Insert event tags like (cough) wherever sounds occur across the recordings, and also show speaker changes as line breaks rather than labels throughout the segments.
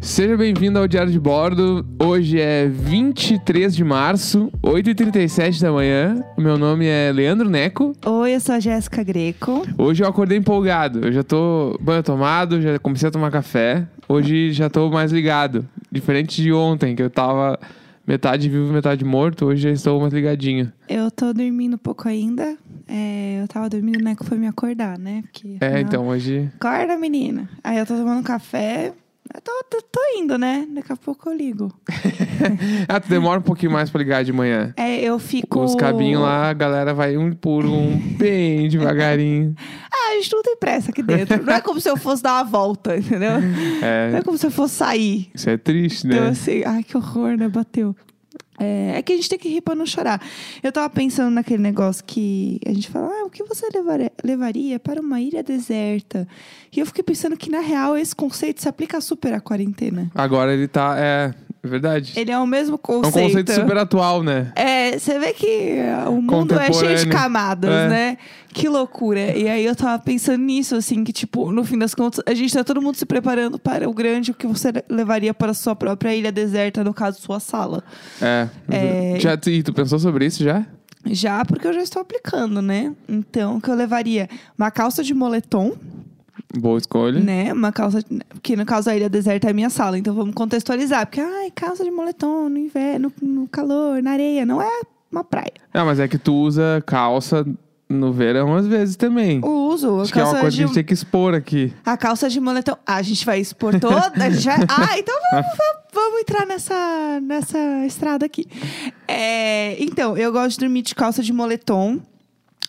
Seja bem-vindo ao Diário de Bordo. Hoje é 23 de março, 8h37 da manhã. Meu nome é Leandro Neco.
Oi, eu sou a Jéssica Greco.
Hoje eu acordei empolgado. Eu já tô banho tomado, já comecei a tomar café. Hoje já tô mais ligado. Diferente de ontem, que eu tava metade vivo, metade morto. Hoje já estou mais ligadinho.
Eu tô dormindo um pouco ainda. É, eu tava dormindo, o Neco foi me acordar, né? Porque,
É,
afinal,
então hoje.
Acorda, menina. Aí eu tô tomando café. Eu tô, tô- tô indo, né? Daqui a pouco eu ligo.
Ah, tu demora um pouquinho mais pra ligar de manhã.
É, eu fico.
Os cabinhos lá, a galera vai um por um, bem devagarinho.
Ah, a gente não tem pressa aqui dentro. Não é como se eu fosse dar uma volta, entendeu? Não
(laughs) É,
é como se eu fosse sair.
isso é triste,
Então,
né?
assim, ai, que horror, né? Bateu. É, é que a gente tem que rir pra não chorar. Eu tava pensando naquele negócio que a gente fala, ah, o que você levaria, levaria para uma ilha deserta? E eu fiquei pensando que, na real, esse conceito se aplica super à quarentena.
Agora ele tá. É, é verdade.
Ele é o mesmo
É um
conceito.
conceito super atual, né?
É, você vê que ah, o mundo é cheio de
Contemporâneo.
camadas,
É.
né? Que loucura. E aí eu tava pensando nisso, assim, que, tipo, no fim das contas, a gente tá todo mundo se preparando para o grande, o que você levaria para a sua própria ilha deserta, no caso, sua sala.
É.
É.
Já, tu- e tu pensou sobre isso já?
Já, porque eu já estou aplicando, né? Então, o que eu levaria? Uma calça de moletom,
Boa escolha.
né? Uma calça. Que no caso a ilha deserta é a minha sala, então vamos contextualizar. Porque, ai, calça de moletom no inverno, no calor, na areia, não é uma praia.
Ah, mas é que tu usa calça no verão às vezes também.
O uso, a
Acho que é uma
calça
coisa que a
de. um-
gente tem que expor aqui.
A calça de moletom. Ah, a gente vai expor toda. a gente vai- Ah, então vamos, vamos- vamos entrar nessa, nessa estrada aqui. É, então, eu gosto de dormir de calça de moletom.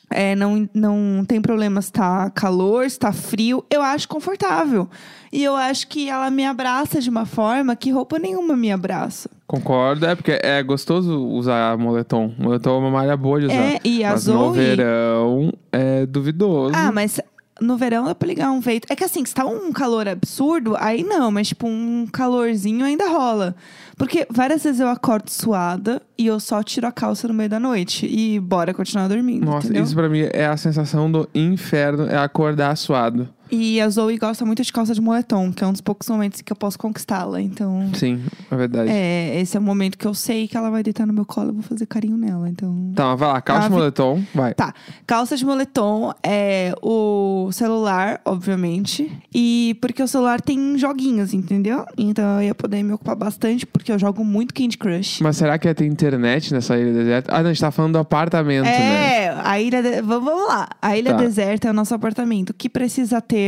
É, não, não tem problema se tá calor, se tá frio. Eu acho confortável. E eu acho que ela me abraça de uma forma que roupa nenhuma me abraça.
Concordo, é porque é gostoso usar moletom. Moletom é uma malha boa de usar.
É, e a
mas no
Zoe-
verão é duvidoso.
Ah, mas no verão dá pra ligar um veito. É que assim, se tá um calor absurdo, aí não, mas tipo, um calorzinho ainda rola. Porque várias vezes eu acordo suada e eu só tiro a calça no meio da noite e bora continuar dormindo.
Nossa,
entendeu?
isso pra mim é a sensação do inferno, é acordar suado.
E a Zoe gosta muito de calça de moletom, que é um dos poucos momentos que eu posso conquistá-la. Então,
Sim, é verdade.
é, esse é o momento que eu sei que ela vai deitar no meu colo, eu vou fazer carinho nela. Então.
Tá, mas vai lá, calça
Ah,
e
vi-
moletom, vai.
Tá. Calça de moletom, é o celular, obviamente. E porque o celular tem joguinhos, entendeu? Então eu ia poder me ocupar bastante, porque eu jogo muito Candy Crush.
Mas será que ia ter internet nessa ilha deserta? Ah, não, a gente tá falando do apartamento, né?
É, a ilha. de- v- Vamos lá. A ilha
Tá.
deserta é o nosso apartamento. O que precisa ter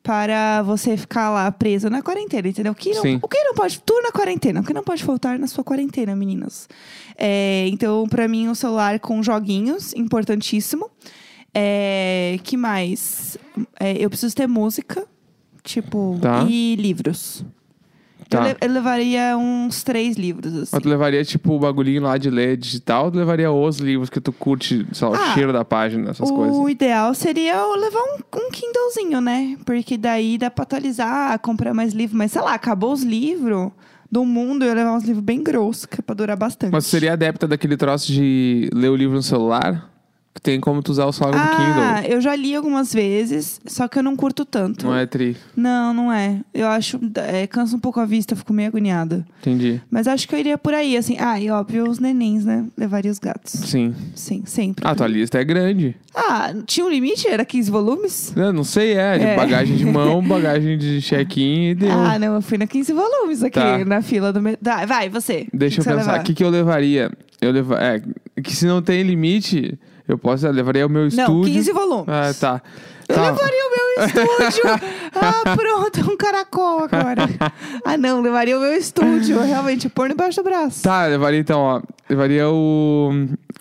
para você ficar lá preso na quarentena, entendeu? O que não,
Sim.
o que não pode. Tu na quarentena. O que não pode faltar na sua quarentena, meninas? É, então, para mim, o celular com joguinhos, importantíssimo. É, que mais? É, eu preciso ter música, tipo,
Tá.
e livros.
Tá.
Eu, le- eu levaria uns três livros, assim.
Mas tu levaria, tipo, o bagulhinho lá de ler digital, ou tu levaria os livros que tu curte, sei lá, o
Ah,
cheiro da página, essas
o
coisas.
ideal seria eu levar um, um Kindlezinho, né? Porque daí dá pra atualizar, comprar mais livro. Mas sei lá, acabou os livros do mundo, eu ia levar uns livros bem grossos, que é pra durar bastante.
Mas tu seria adepta daquele troço de ler o livro no celular? Que tem como tu usar o celular no
Ah,
Kindle.
eu já li algumas vezes, só que eu não curto tanto.
Não é tri.
Não, não é. Eu acho. é, cansa um pouco a vista, fico meio agoniada.
Entendi.
Mas acho que eu iria por aí, assim. Ah, e óbvio, os nenéns, né? Levaria os gatos.
Sim.
Sim, sempre.
Ah, tua lista é grande.
Ah, tinha um limite? Era 15 volumes?
Não, não sei, é. de
É.
Bagagem de
(laughs)
mão, bagagem de check-in e deu.
Ah, não, eu fui na 15 volumes aqui,
Tá.
na fila do meu. Tá, vai, você.
Deixa
O que
eu
você
pensar.
levar?
O que, que eu levaria? Eu leva... É, que se não tem limite, eu posso. Eu levaria o meu
Não,
estúdio.
15 volumes.
Ah, tá.
Eu
Tá.
levaria
(laughs)
o meu estúdio. ah, pronto, um caracol agora. ah, não, levaria o meu estúdio. Realmente, pôr embaixo do braço.
Tá, levaria então, ó. Levaria o,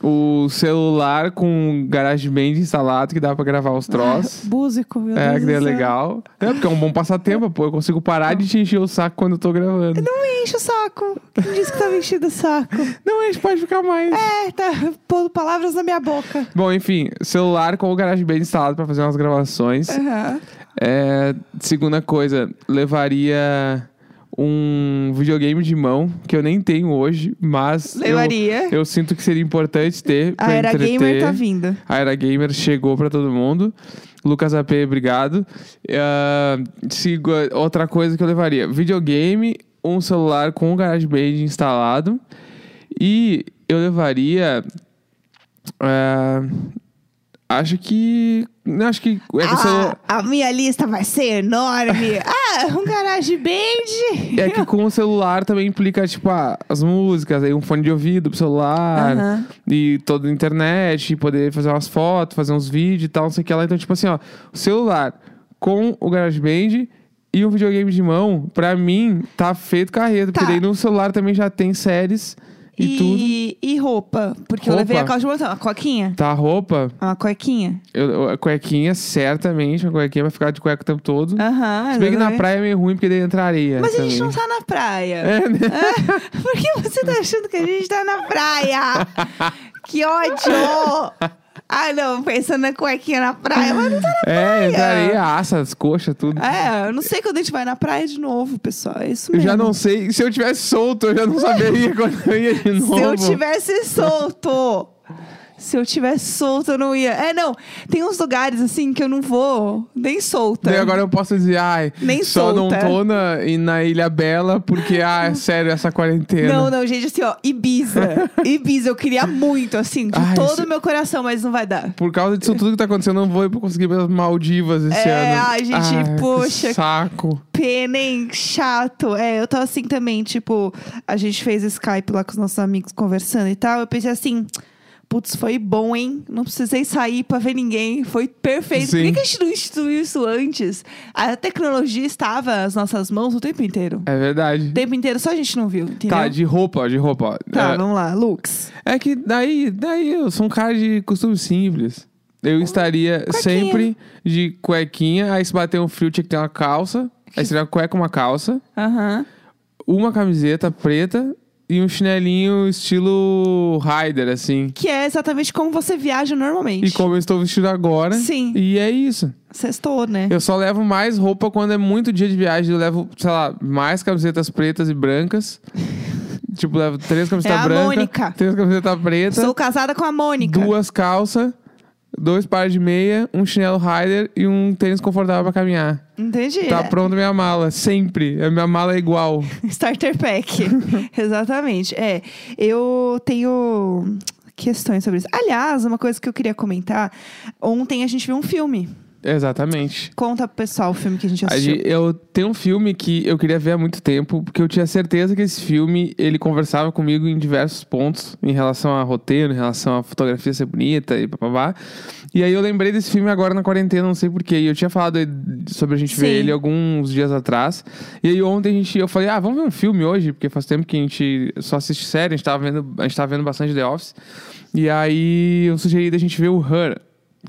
o celular com GarageBand instalado que dá pra gravar os troços.
Músico, Ah, (laughs) meu
é,
Deus.
que
do
daí é
céu.
legal. É, porque é um bom passatempo, pô. Eu consigo parar de te encher o saco quando eu tô gravando.
Não me enche o saco. Quem disse que tá me enchendo o saco?
Não, a gente pode ficar mais.
É, tá pondo palavras na minha boca.
Bom, enfim, celular com o GarageBand instalado pra fazer umas gravações.
Aham.
É, segunda coisa, levaria um videogame de mão, que eu nem tenho hoje, mas eu,
Levaria.
eu sinto que seria importante ter.
a
pra
Ah, Era
entreter.
Gamer tá vindo.
A Era Gamer chegou pra todo mundo. Lucas AP, obrigado. Ah, se go- outra coisa que eu levaria: videogame, um celular com o GarageBand instalado. E eu levaria. ah, acho que. Não, acho que. É que o celu-
Ah, a minha lista vai ser
(laughs)
enorme. ah, um GarageBand.
É que com o celular também implica, tipo, ah, as músicas, aí um fone de ouvido pro celular,
Aham.
e toda a internet, e poder fazer umas fotos, fazer uns vídeos e tal, não sei o que lá. Então, tipo assim, ó, o celular com o GarageBand e um videogame de mão, pra mim, tá feito carreira,
Tá.
porque daí no celular também já tem séries e, tudo.
E, e roupa. Porque eu
Roupa?
levei a calça de botão. A coquinha.
Tá, roupa,
Uma coquinha.
eu- eu- a cuequinha, certamente, a cuequinha vai ficar de cueca o tempo todo.
Aham.
Se bem que na
exatamente.
praia é meio ruim, porque daí entra areia.
Mas a gente
também.
não tá na praia.
(laughs) É, né?
Ah, (laughs) Por que você tá achando que a gente tá na
(laughs)
praia? Que ódio! Ah, não, pensando na cuequinha na praia, mas não tá na
É, entra
praia.
areia, assa, as coxas, tudo.
É, eu não sei quando a gente vai na praia de novo, pessoal. É isso
Eu
mesmo.
já não sei. Se eu tivesse solto, eu já não saberia (laughs) quando eu ia de novo.
Se eu tivesse solto. Se eu tivesse solto, eu não ia. É, não. Tem uns lugares assim que eu não vou nem solta.
Daí agora eu posso dizer, ai,
Nem
só
solta.
não tô na, e na Ilha Bela, porque,
(laughs)
ah, sério, essa quarentena.
Não, não, gente, assim, ó,
(laughs)
Ibiza. Ibiza, eu queria muito, assim, de
Ai,
todo
esse-
o meu coração, mas não vai dar.
Por causa disso tudo que tá acontecendo, eu não vou conseguir pelas Maldivas esse
É,
ano.
ai, gente,
que
poxa.
Saco.
Pena, hein? Chato. É, eu tô assim também, tipo, a gente fez Skype lá com os nossos amigos conversando e tal. Eu pensei assim, putz, foi bom, hein? Não precisei sair pra ver ninguém. Foi perfeito. Por
Sim.
que, que a gente não instituiu isso antes? A tecnologia estava às nossas mãos o tempo inteiro.
É verdade.
O tempo inteiro, só a gente não viu, entendeu?
Tá, de roupa, ó, de roupa. ó.
Tá,
é,
vamos lá, looks.
é que daí, daí eu sou um cara de costumes simples. Eu estaria
cuequinha.
sempre de cuequinha, aí se bater um frio tinha que ter uma calça. Aí seria uma cueca, uma calça.
Aham.
uma camiseta preta e um chinelinho estilo Raider, assim.
Que é exatamente como você viaja normalmente.
E como eu estou vestido agora.
Sim.
E é isso.
Sextou, né?
Eu só levo mais roupa quando é muito dia de viagem. Eu levo, sei lá, mais camisetas pretas e
(laughs)
brancas. tipo, levo três
É
camisetas
a
brancas.
Mônica.
Três camisetas pretas.
Sou casada com a Mônica.
Duas calças. Dois pares de meia, um chinelo Raider e um tênis confortável pra caminhar.
Entendi. É.
Tá pronto a minha mala, sempre. A minha mala é
(laughs)
igual. (laughs)
Starter Pack. Exatamente. É, eu tenho questões sobre isso. Aliás, uma coisa que eu queria comentar: ontem a gente viu um filme.
Exatamente.
Conta pro pessoal o filme que a gente
A
assistiu.
gente- Eu tenho um filme que eu queria ver há muito tempo, porque eu tinha certeza que esse filme ele conversava comigo em diversos pontos, em relação a roteiro, em relação a fotografia ser bonita e papabá. E aí eu lembrei desse filme agora na quarentena, não sei porquê. E eu tinha falado sobre a gente
Sim.
ver ele alguns dias atrás. E aí ontem a gente, eu falei, ah, vamos ver um filme hoje, porque faz tempo que a gente só assiste série, a gente tava vendo, a gente tava vendo bastante The Office. E aí eu sugeri da gente ver o Her,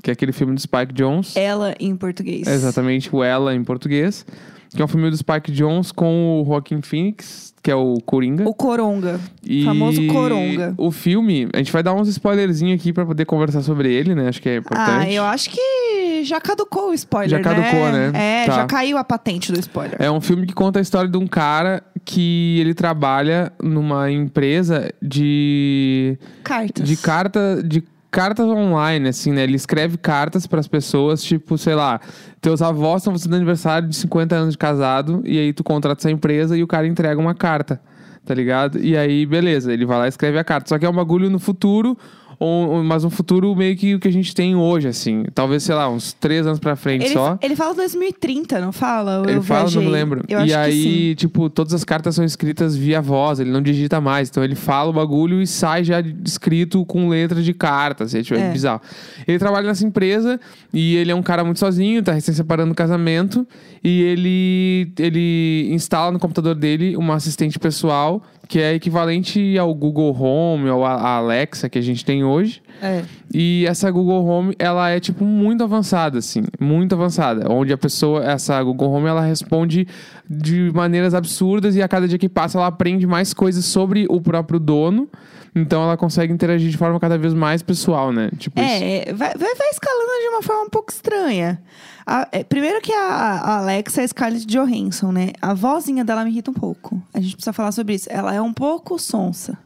que é aquele filme do Spike Jones.
Ela em português.
É exatamente, o Ela em português. Que é um filme do Spike Jones com o Joaquim Phoenix, que é o Coringa.
O Coronga.
E
famoso Coronga.
O filme, a gente vai dar uns spoilerzinhos aqui pra poder conversar sobre ele, né? Acho que é importante.
Ah, eu acho que já caducou o spoiler.
Já caducou, né?
É,
Tá.
já caiu a patente do spoiler.
É um filme que conta a história de um cara que ele trabalha numa empresa de
Cartas.
É, De carta, de cartas online, assim, né? Ele escreve cartas pras pessoas, tipo, sei lá, teus avós estão fazendo aniversário de 50 anos de casado, e aí tu contrata essa empresa e o cara entrega uma carta, tá ligado? E aí, beleza, ele vai lá e escreve a carta. Só que é um bagulho no futuro. ou- ou- mas um futuro meio que o que a gente tem hoje, assim. Talvez, sei lá, uns três anos pra frente
Ele,
só.
ele fala 2030, não fala? Ou
Ele
eu
fala, não
viajei?
me lembro.
Eu
e
acho
aí,
que sim.
tipo, todas as cartas são escritas via voz, ele não digita mais. Então ele fala o bagulho e sai já escrito com letra de cartas. É, tipo, é
É.
bizarro. Ele trabalha nessa empresa e ele é um cara muito sozinho, tá recém separando do casamento. E ele, ele instala no computador dele uma assistente pessoal que é equivalente ao Google Home ou a Alexa que a gente tem hoje.
É.
E essa Google Home, ela é, tipo, muito avançada, assim. Muito avançada. Onde a pessoa, essa Google Home, ela responde de maneiras absurdas e a cada dia que passa ela aprende mais coisas sobre o próprio dono, Então ela consegue interagir de forma cada vez mais pessoal, né? Tipo, isso.
É, vai, vai, vai escalando de uma forma um pouco estranha. A- é, primeiro que a, a Alexa é a Scarlett Johansson, né? A vozinha dela me irrita um pouco. A gente precisa falar sobre isso. Ela é um pouco sonsa.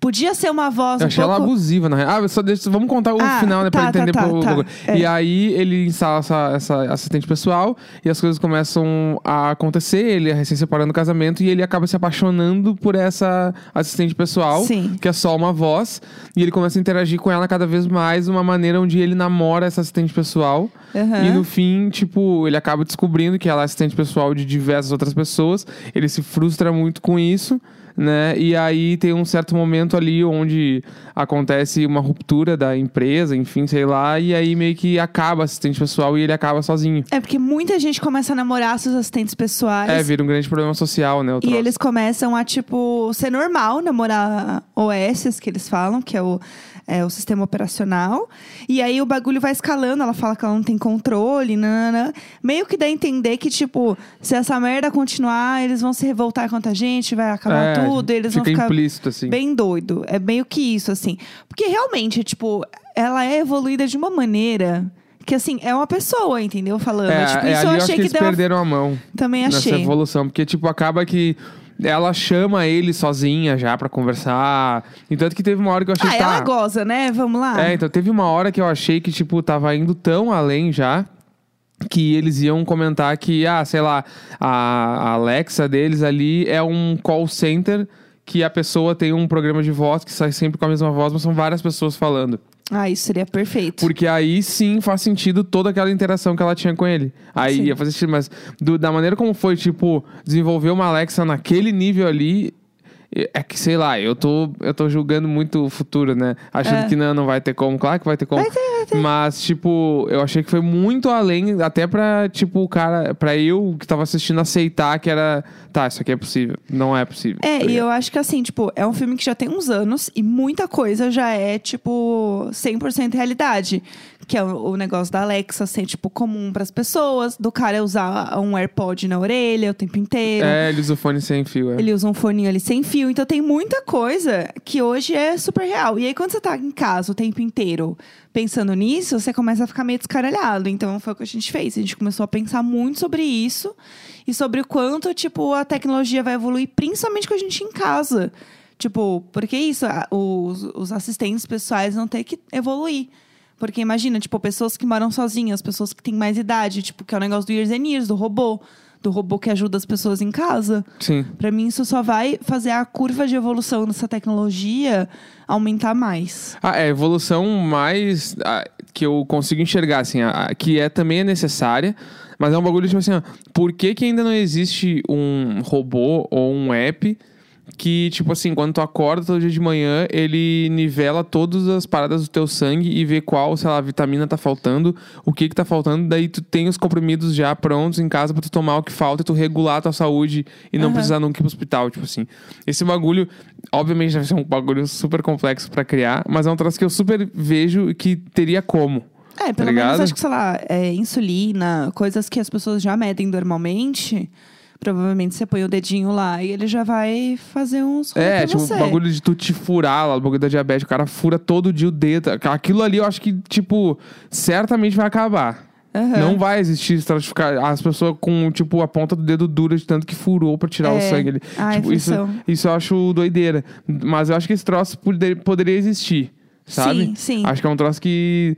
Podia ser uma voz
Eu
um
achei ela
pouco...
abusiva, na real. Ah, só deixa, vamos contar o
Ah,
final, né?
tá,
pra entender
tá, tá,
pro-
tá. É.
E aí ele instala essa, essa assistente pessoal e as coisas começam a acontecer. Ele é recém separando do casamento e ele acaba se apaixonando por essa assistente pessoal,
Sim.
que é só uma voz. E ele começa a interagir com ela cada vez mais, de uma maneira onde ele namora essa assistente pessoal.
Aham.
E no fim, tipo, ele acaba descobrindo que ela é assistente pessoal de diversas outras pessoas. Ele se frustra muito com isso, né? E aí tem um certo momento ali onde acontece uma ruptura da empresa, enfim, sei lá. E aí meio que acaba a assistente pessoal e ele acaba sozinho.
É porque muita gente começa a namorar seus assistentes pessoais.
É, vira um grande problema social, né? o
E
troço.
eles começam a, tipo, ser normal namorar OS, que eles falam, que é o, é o sistema operacional. E aí o bagulho vai escalando, ela fala que ela não tem controle, nanana. Meio que dá a entender que, tipo, se essa merda continuar, eles vão se revoltar contra a gente, vai acabar
É,
tudo, eles
fica
vão ficar
implícito, assim.
bem doido. É meio que isso, assim. Porque realmente, tipo, ela é evoluída de uma maneira. Que assim, é uma pessoa, entendeu? Falando.
É,
tipo,
é,
isso
ali
eu
eu acho
achei
que
que,
eles
deu. uma-
perderam a mão.
Também
nessa
achei.
evolução, porque tipo acaba que ela chama ele sozinha já pra conversar. E tanto que teve uma hora que eu achei
Ah,
que tá.
ela goza, né? Vamos lá.
É, então teve uma hora que eu achei que tipo tava indo tão além já que eles iam comentar que ah, sei lá, a a Alexa deles ali é um call center que a pessoa tem um programa de voz que sai sempre com a mesma voz, mas são várias pessoas falando.
Ah, isso seria perfeito.
Porque aí sim faz sentido toda aquela interação que ela tinha com ele. Aí
Sim.
ia fazer sentido, mas do- da maneira como foi, tipo, desenvolver uma Alexa naquele nível ali. é- É que, sei lá, eu tô, eu tô julgando muito o futuro, né? Achando
É.
que não, não vai ter como. Claro que vai ter como.
Vai ter, vai ter.
Mas, tipo, eu achei que foi muito além, até pra, tipo, o cara, pra eu que tava assistindo aceitar que era, tá, isso aqui é possível. Não é possível.
É,
Tá
e
ligado?
eu acho que assim, tipo, é um filme que já tem uns anos e muita coisa já é, tipo, 100% realidade. Que é o, o negócio da Alexa ser, tipo, comum pras pessoas, do cara usar um AirPod na orelha o tempo inteiro.
É, eles o fone sem fio. É.
Ele usa um forninho ali sem fio. Então tem muita coisa que hoje é super real. E aí, quando você tá em casa o tempo inteiro pensando nisso, você começa a ficar meio descaralhado. Então foi o que a gente fez. A gente começou a pensar muito sobre isso e sobre o quanto, tipo, a tecnologia vai evoluir, principalmente com a gente em casa. Tipo, porque isso, a- os, os assistentes pessoais vão ter que evoluir. Porque imagina, tipo, pessoas que moram sozinhas, pessoas que têm mais idade, tipo, que é o negócio do Years and Years, do robô. Do robô que ajuda as pessoas em casa.
Sim.
Pra mim, isso só vai fazer a curva de evolução dessa tecnologia aumentar mais.
Ah, é, a evolução mais ah, que eu consigo enxergar, assim, a- a- que é também é necessária, mas é um bagulho tipo assim, ó, por que, que ainda não existe um robô ou um app que, tipo assim, quando tu acorda todo dia de manhã, ele nivela todas as paradas do teu sangue e vê qual, sei lá, vitamina tá faltando, o que que tá faltando, daí tu tem os comprimidos já prontos em casa pra tu tomar o que falta e tu regular a tua saúde e não
Aham.
precisar nunca ir pro hospital, tipo assim. Esse bagulho, obviamente, deve ser um bagulho super complexo pra criar, mas é um troço que eu super vejo que teria como.
É, pelo
ligado?
menos acho que, sei lá, é, insulina, coisas que as pessoas já medem normalmente. Provavelmente você põe o dedinho lá e ele já vai fazer uns rolê
É,
pra
tipo,
você.
o bagulho de tu te furar lá, o bagulho da diabetes, o cara fura todo dia o dedo. Aquilo ali eu acho que, tipo, certamente vai acabar.
Aham.
Não vai existir estratificar as pessoas com, tipo, a ponta do dedo dura de tanto que furou pra tirar o
É.
sangue ali.
Ai,
tipo, isso,
aflição.
isso eu acho doideira. Mas eu acho que esse troço poder- poderia existir, sabe?
Sim, sim.
Acho que é um troço que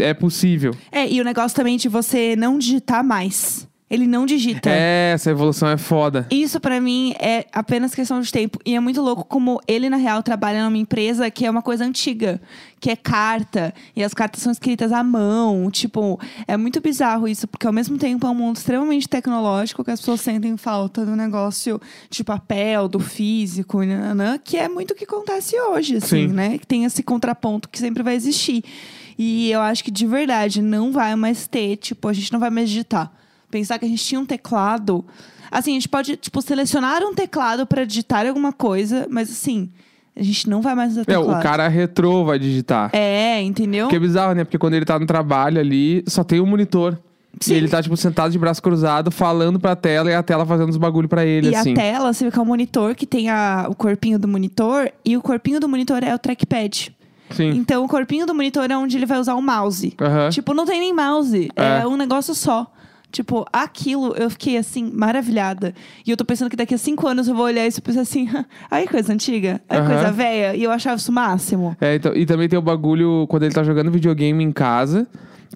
é possível.
É, e o negócio também de você não digitar mais. Ele não digita.
É, essa evolução é foda.
Isso pra mim é apenas questão de tempo e é muito louco como ele na real trabalha numa empresa que é uma coisa antiga, que é carta e as cartas são escritas à mão, tipo, é muito bizarro isso, porque ao mesmo tempo é um mundo extremamente tecnológico que as pessoas sentem falta do negócio de papel, do físico, e nananã, que é muito o que acontece hoje,
Sim.
assim, né? Que tem esse contraponto que sempre vai existir. E eu acho que de verdade não vai mais ter, tipo, a gente não vai mais digitar. Pensar que a gente tinha um teclado. Assim, a gente pode, tipo, selecionar um teclado para digitar alguma coisa, mas assim, a gente não vai mais usar
É,
teclado.
o cara retrô vai digitar.
É, entendeu?
Porque é bizarro, né? Porque quando ele tá no trabalho ali, só tem um monitor.
Sim.
E ele tá, tipo, sentado de braço cruzado, falando pra tela e a tela fazendo os bagulho pra ele,
E
assim.
a tela, você vê que é o monitor que tem a- o corpinho do monitor, e o corpinho do monitor é o trackpad.
Sim.
Então o corpinho do monitor é onde ele vai usar o mouse.
Aham.
Tipo, não tem nem mouse. É.
É.
um negócio só. Tipo, aquilo eu fiquei assim, maravilhada. E eu tô pensando que daqui a cinco anos eu vou olhar isso e pensar assim, (laughs) aí coisa antiga, aí
Aham.
coisa velha. E eu achava isso o máximo.
É, então, e também tem o bagulho quando ele tá jogando videogame em casa,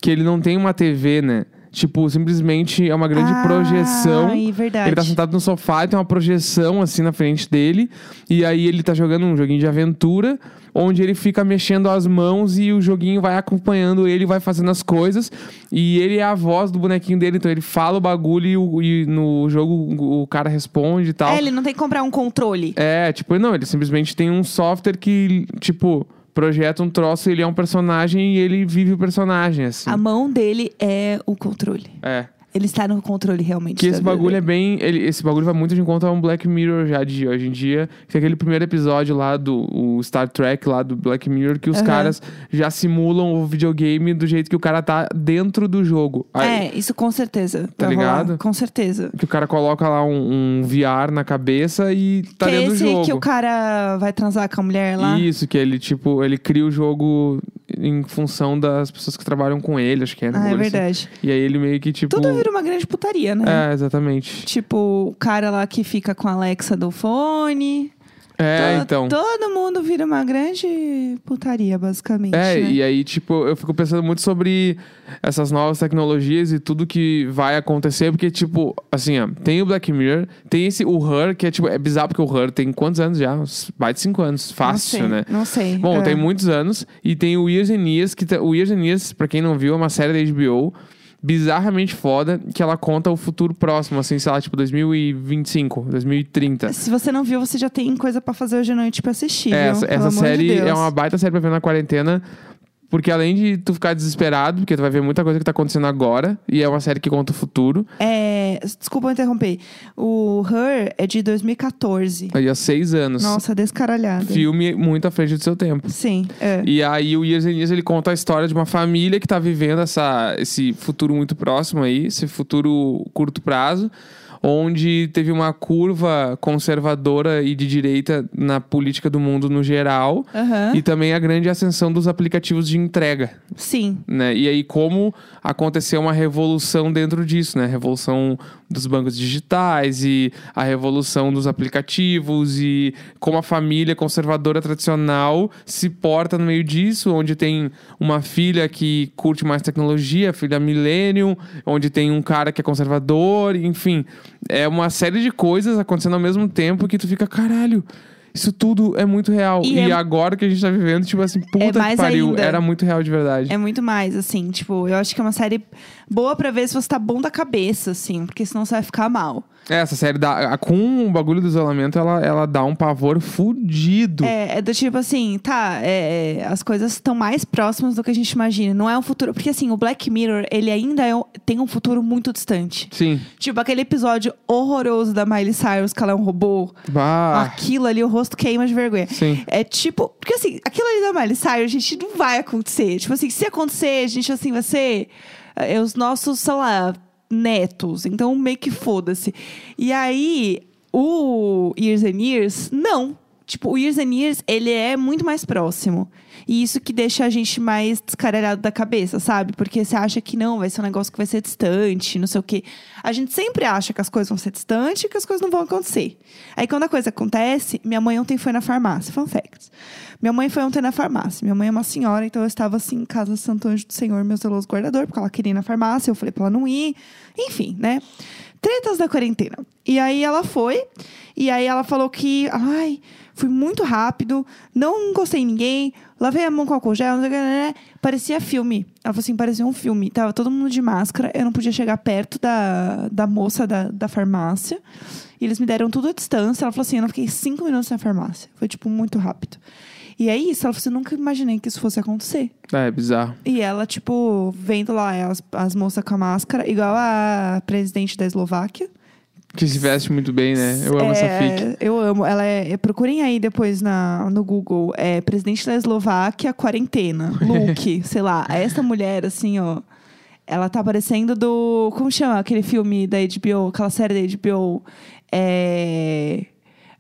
que ele não tem uma TV, né? Tipo, simplesmente é uma grande
Ah,
projeção.
é verdade.
Ele tá sentado no sofá e tem uma projeção assim na frente dele. E aí ele tá jogando um joguinho de aventura, onde ele fica mexendo as mãos e o joguinho vai acompanhando ele, vai fazendo as coisas. E ele é a voz do bonequinho dele, então ele fala o bagulho e, o- e no jogo o- o cara responde e tal.
É, ele não tem que comprar um controle.
É, tipo, não, ele simplesmente tem um software que, tipo, projeta um troço, ele é um personagem e ele vive o personagem, assim.
A mão dele é o controle.
É.
Ele está no controle realmente.
Que
da
esse
vida
bagulho é
dele.
bem. ele- esse bagulho vai muito de encontro a um Black Mirror já de hoje em dia. Tem aquele primeiro episódio lá do o Star Trek, lá do Black Mirror, que os
Aham.
caras já simulam o videogame do jeito que o cara tá dentro do jogo. Aí-
É, isso com certeza.
Tá
vai rolar,
ligado?
Com certeza.
Que o cara coloca lá um, um VR na cabeça e tá
que é
dentro
esse
do jogo.
que o cara vai transar com a mulher lá.
Isso, que ele, tipo, ele cria o jogo em função das pessoas que trabalham com ele, acho que é. né?
Ah, é
Assim.
verdade.
E aí ele meio que, tipo.
Tudo vira uma grande putaria, né?
É, exatamente.
Tipo, o cara lá que fica com a Alexa do fone.
É,
To-
então.
Todo mundo vira uma grande putaria, basicamente.
É,
né?
e aí, tipo, eu fico pensando muito sobre essas novas tecnologias e tudo que vai acontecer, porque, tipo, assim, ó, tem o Black Mirror, tem esse, o Her, que é, tipo, é bizarro porque o Her tem quantos anos já? Uns- Mais de cinco anos, fácil,
não sei,
né?
Não sei.
Bom,
é.
tem muitos anos. E tem o Years and Years, que tá- o Years and Years, pra quem não viu, é uma série da HBO bizarramente foda, que ela conta o futuro próximo, assim, sei lá, tipo 2025, 2030.
Se você não viu, você já tem coisa pra fazer hoje à noite pra assistir.
É,
viu?
essa,
Pelo
essa
amor de
série
Deus.
é uma baita série pra ver na quarentena. Porque além de tu ficar desesperado, porque tu vai ver muita coisa que tá acontecendo agora, e é uma série que conta o futuro.
É, desculpa eu interromper. O Her é de 2014.
Aí há seis anos.
Nossa, descaralhada.
Filme muito à frente do seu tempo.
Sim, é.
E aí o Years and Years ele conta a história de uma família que tá vivendo essa, esse futuro muito próximo aí, esse futuro curto prazo, onde teve uma curva conservadora e de direita na política do mundo no geral.
Aham.
E também a grande ascensão dos aplicativos de entrega,
Sim.
né? E aí como aconteceu uma revolução dentro disso, né? A revolução dos bancos digitais e a revolução dos aplicativos e como a família conservadora tradicional se porta no meio disso, onde tem uma filha que curte mais tecnologia, a filha millennium, onde tem um cara que é conservador, enfim, é uma série de coisas acontecendo ao mesmo tempo que tu fica, caralho, isso tudo é muito real.
E
E,
é-
agora que a gente tá vivendo, tipo assim, puta que
mais
pariu,
ainda.
era muito real de verdade.
É muito mais, assim, tipo, eu acho que é uma série boa pra ver se você tá bom da cabeça, assim, porque senão você vai ficar mal.
É, Essa série dá, a- com o bagulho do isolamento, ela, ela dá um pavor fudido.
É, é do tipo assim, tá, é, é, as coisas estão mais próximas do que a gente imagina. Não é um futuro. Porque assim, o Black Mirror, ele ainda é um- tem um futuro muito distante.
Sim.
Tipo, aquele episódio horroroso da Miley Cyrus, que ela é um robô.
Bah.
Aquilo ali, o rosto queima de vergonha.
Sim.
É tipo, porque assim, aquilo ali da Miley Cyrus, gente, não vai acontecer. Tipo assim, se acontecer, a gente, assim, vai ser é, os nossos, sei lá, netos. Então, meio que foda-se. E aí, o Years and Years, não. Tipo, o Years and Years, ele é muito mais próximo. E isso que deixa a gente mais descaralhado da cabeça, sabe? Porque você acha que não, vai ser um negócio que vai ser distante, não sei o quê. A gente sempre acha que as coisas vão ser distantes e que as coisas não vão acontecer. Aí quando a coisa acontece, minha mãe ontem foi na farmácia, fun fact. Minha mãe foi ontem na farmácia. Minha mãe é uma senhora, então eu estava assim em casa Santo Anjo do Senhor, meu zeloso guardador, porque ela queria ir na farmácia, eu falei pra ela não ir. Enfim, né? Tretas da quarentena. E aí ela foi, e aí ela falou que, ai, fui muito rápido, não encostei em ninguém, lavei a mão com álcool gel, não sei o que, né, né. parecia filme. Ela falou assim, parecia um filme. Tava todo mundo de máscara, eu não podia chegar perto da, da moça da, da farmácia. E eles me deram tudo à distância. Ela falou assim, eu não fiquei cinco minutos na farmácia. Foi, tipo, muito rápido. E é isso, ela falou assim, eu nunca imaginei que isso fosse acontecer.
É, bizarro.
E ela, tipo, vendo lá as, as moças com a máscara, igual a presidente da Eslováquia.
Que se veste muito bem, né? Eu amo essa
É,
fic.
Eu amo. Ela é, é- procurem aí depois na, no Google. É
(laughs)
presidente da Eslováquia, quarentena. Look, sei lá. Essa mulher, assim, ó. Ela tá aparecendo do. Como chama aquele filme da HBO? Aquela série da HBO? É.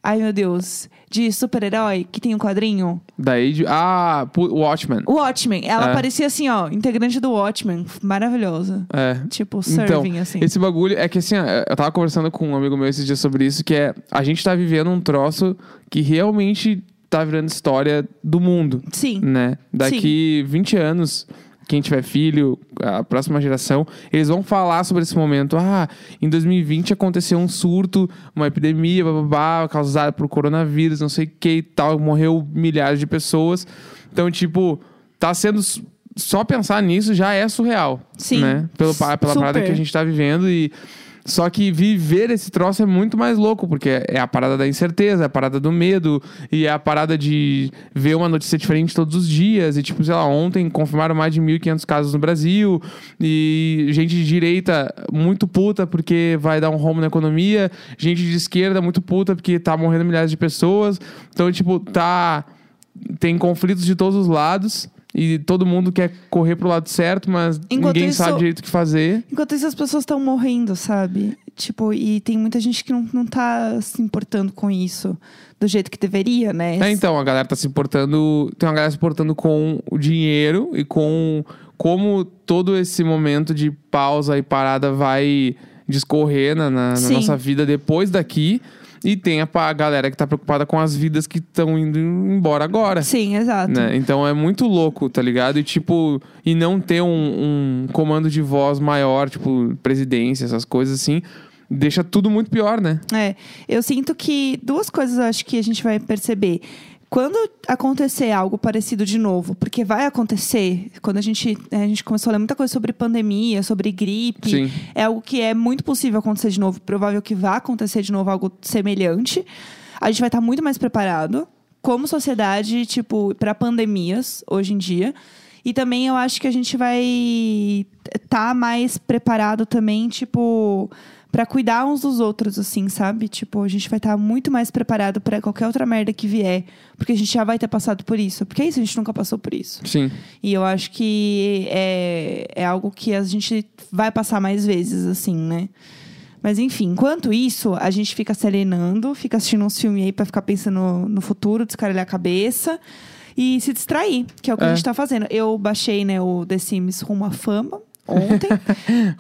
Ai, meu Deus. De super-herói que tem um quadrinho?
Daí. de- Ah, pu- Watchmen.
O Watchmen. Ela
É.
parecia assim, ó, integrante do Watchmen. Maravilhosa.
É.
Tipo,
Então,
serving, assim.
esse bagulho é que assim, ó, eu tava conversando com um amigo meu esses dias sobre isso, que é a gente tá vivendo um troço que realmente tá virando história do mundo,
Sim.
né? Daqui 20 anos, quem tiver filho, a próxima geração, eles vão falar sobre esse momento. Ah, em 2020 aconteceu um surto, uma epidemia, blá, blá, blá, causada por coronavírus, não sei o que e tal, morreu milhares de pessoas. Então, tipo, tá sendo. s- Só pensar nisso já é surreal.
Sim.
Né? Pelo, pa- pela parada
Super.
que a gente tá vivendo e. Só que viver esse troço é muito mais louco, porque é- é a parada da incerteza, é a parada do medo, e é a parada de ver uma notícia diferente todos os dias. E, tipo, sei lá, ontem confirmaram mais de 1.500 casos no Brasil, e gente de direita muito puta porque vai dar um rombo na economia, gente de esquerda muito puta porque tá morrendo milhares de pessoas. Então, tipo, tá. Tem conflitos de todos os lados. E todo mundo quer correr pro lado certo, mas
Enquanto
ninguém
isso-
sabe direito o que fazer.
Enquanto isso, as pessoas estão morrendo, sabe? Tipo, e tem muita gente que não, não tá se importando com isso do jeito que deveria, né?
É, então, a galera tá se importando. Tem uma galera se importando com o dinheiro e com como todo esse momento de pausa e parada vai discorrer na, na- na
Sim.
nossa vida depois daqui. E tem a, pa- a galera que tá preocupada com as vidas que estão indo embora agora.
Sim, exato.
é. né? Então é muito louco, tá ligado? E tipo, e não ter um, um comando de voz maior, tipo, presidência, essas coisas assim, deixa tudo muito pior, né?
É, eu sinto que duas coisas eu acho que a gente vai perceber. Quando acontecer algo parecido de novo, porque vai acontecer, quando a gente, né, a gente começou a ler muita coisa sobre pandemia, sobre gripe,
Sim.
é algo que é muito possível acontecer de novo, provável que vá acontecer de novo algo semelhante. A gente vai estar muito mais preparado como sociedade, tipo, para pandemias hoje em dia. E também eu acho que a gente vai estar mais preparado também, tipo, para cuidar uns dos outros assim, sabe? Tipo, a gente vai estar muito mais preparado para qualquer outra merda que vier, porque a gente já vai ter passado por isso. Porque é isso, a gente nunca passou por isso.
Sim.
E eu acho que é, é algo que a gente vai passar mais vezes, assim, né? Mas enfim, enquanto isso, a gente fica se alienando, fica assistindo uns filmes aí pra ficar pensando no, no futuro, descaralhar a cabeça e se distrair, que é o que
É.
a gente tá fazendo. Eu baixei, né, o The Sims Rumo à Fama
(laughs)
ontem.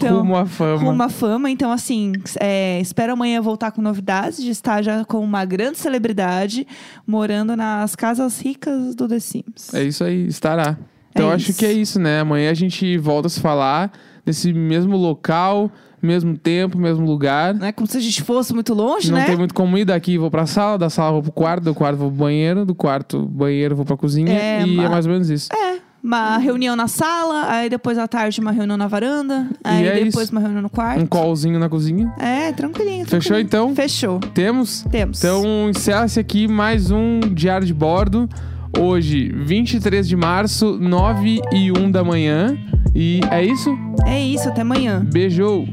rumo à fama.
então, Rumo à fama. Então, assim, é, espero amanhã voltar com novidades de estar já com uma grande celebridade morando nas casas ricas do The Sims.
É isso aí, estará. Então
É
eu acho
isso.
que é isso, né? Amanhã a gente volta a se falar nesse mesmo local, mesmo tempo, mesmo lugar.
Não é como se a gente fosse muito longe,
Não
né?
tem muito como ir daqui, vou pra sala, da sala vou pro quarto, do quarto vou pro banheiro, do quarto banheiro vou pra cozinha
É,
e é
ma-
mais ou menos isso.
Uma reunião na sala, aí depois à tarde uma reunião na varanda, aí
é
depois
isso.
uma reunião no quarto.
Um callzinho na cozinha.
É, tranquilinho, tranquilinho.
Fechou, então?
Fechou.
Temos?
Temos.
Então encerra-se aqui mais um Diário de Bordo. Hoje, 23 de março, 9 e 1 da manhã. E é isso?
É isso, até amanhã.
Beijo!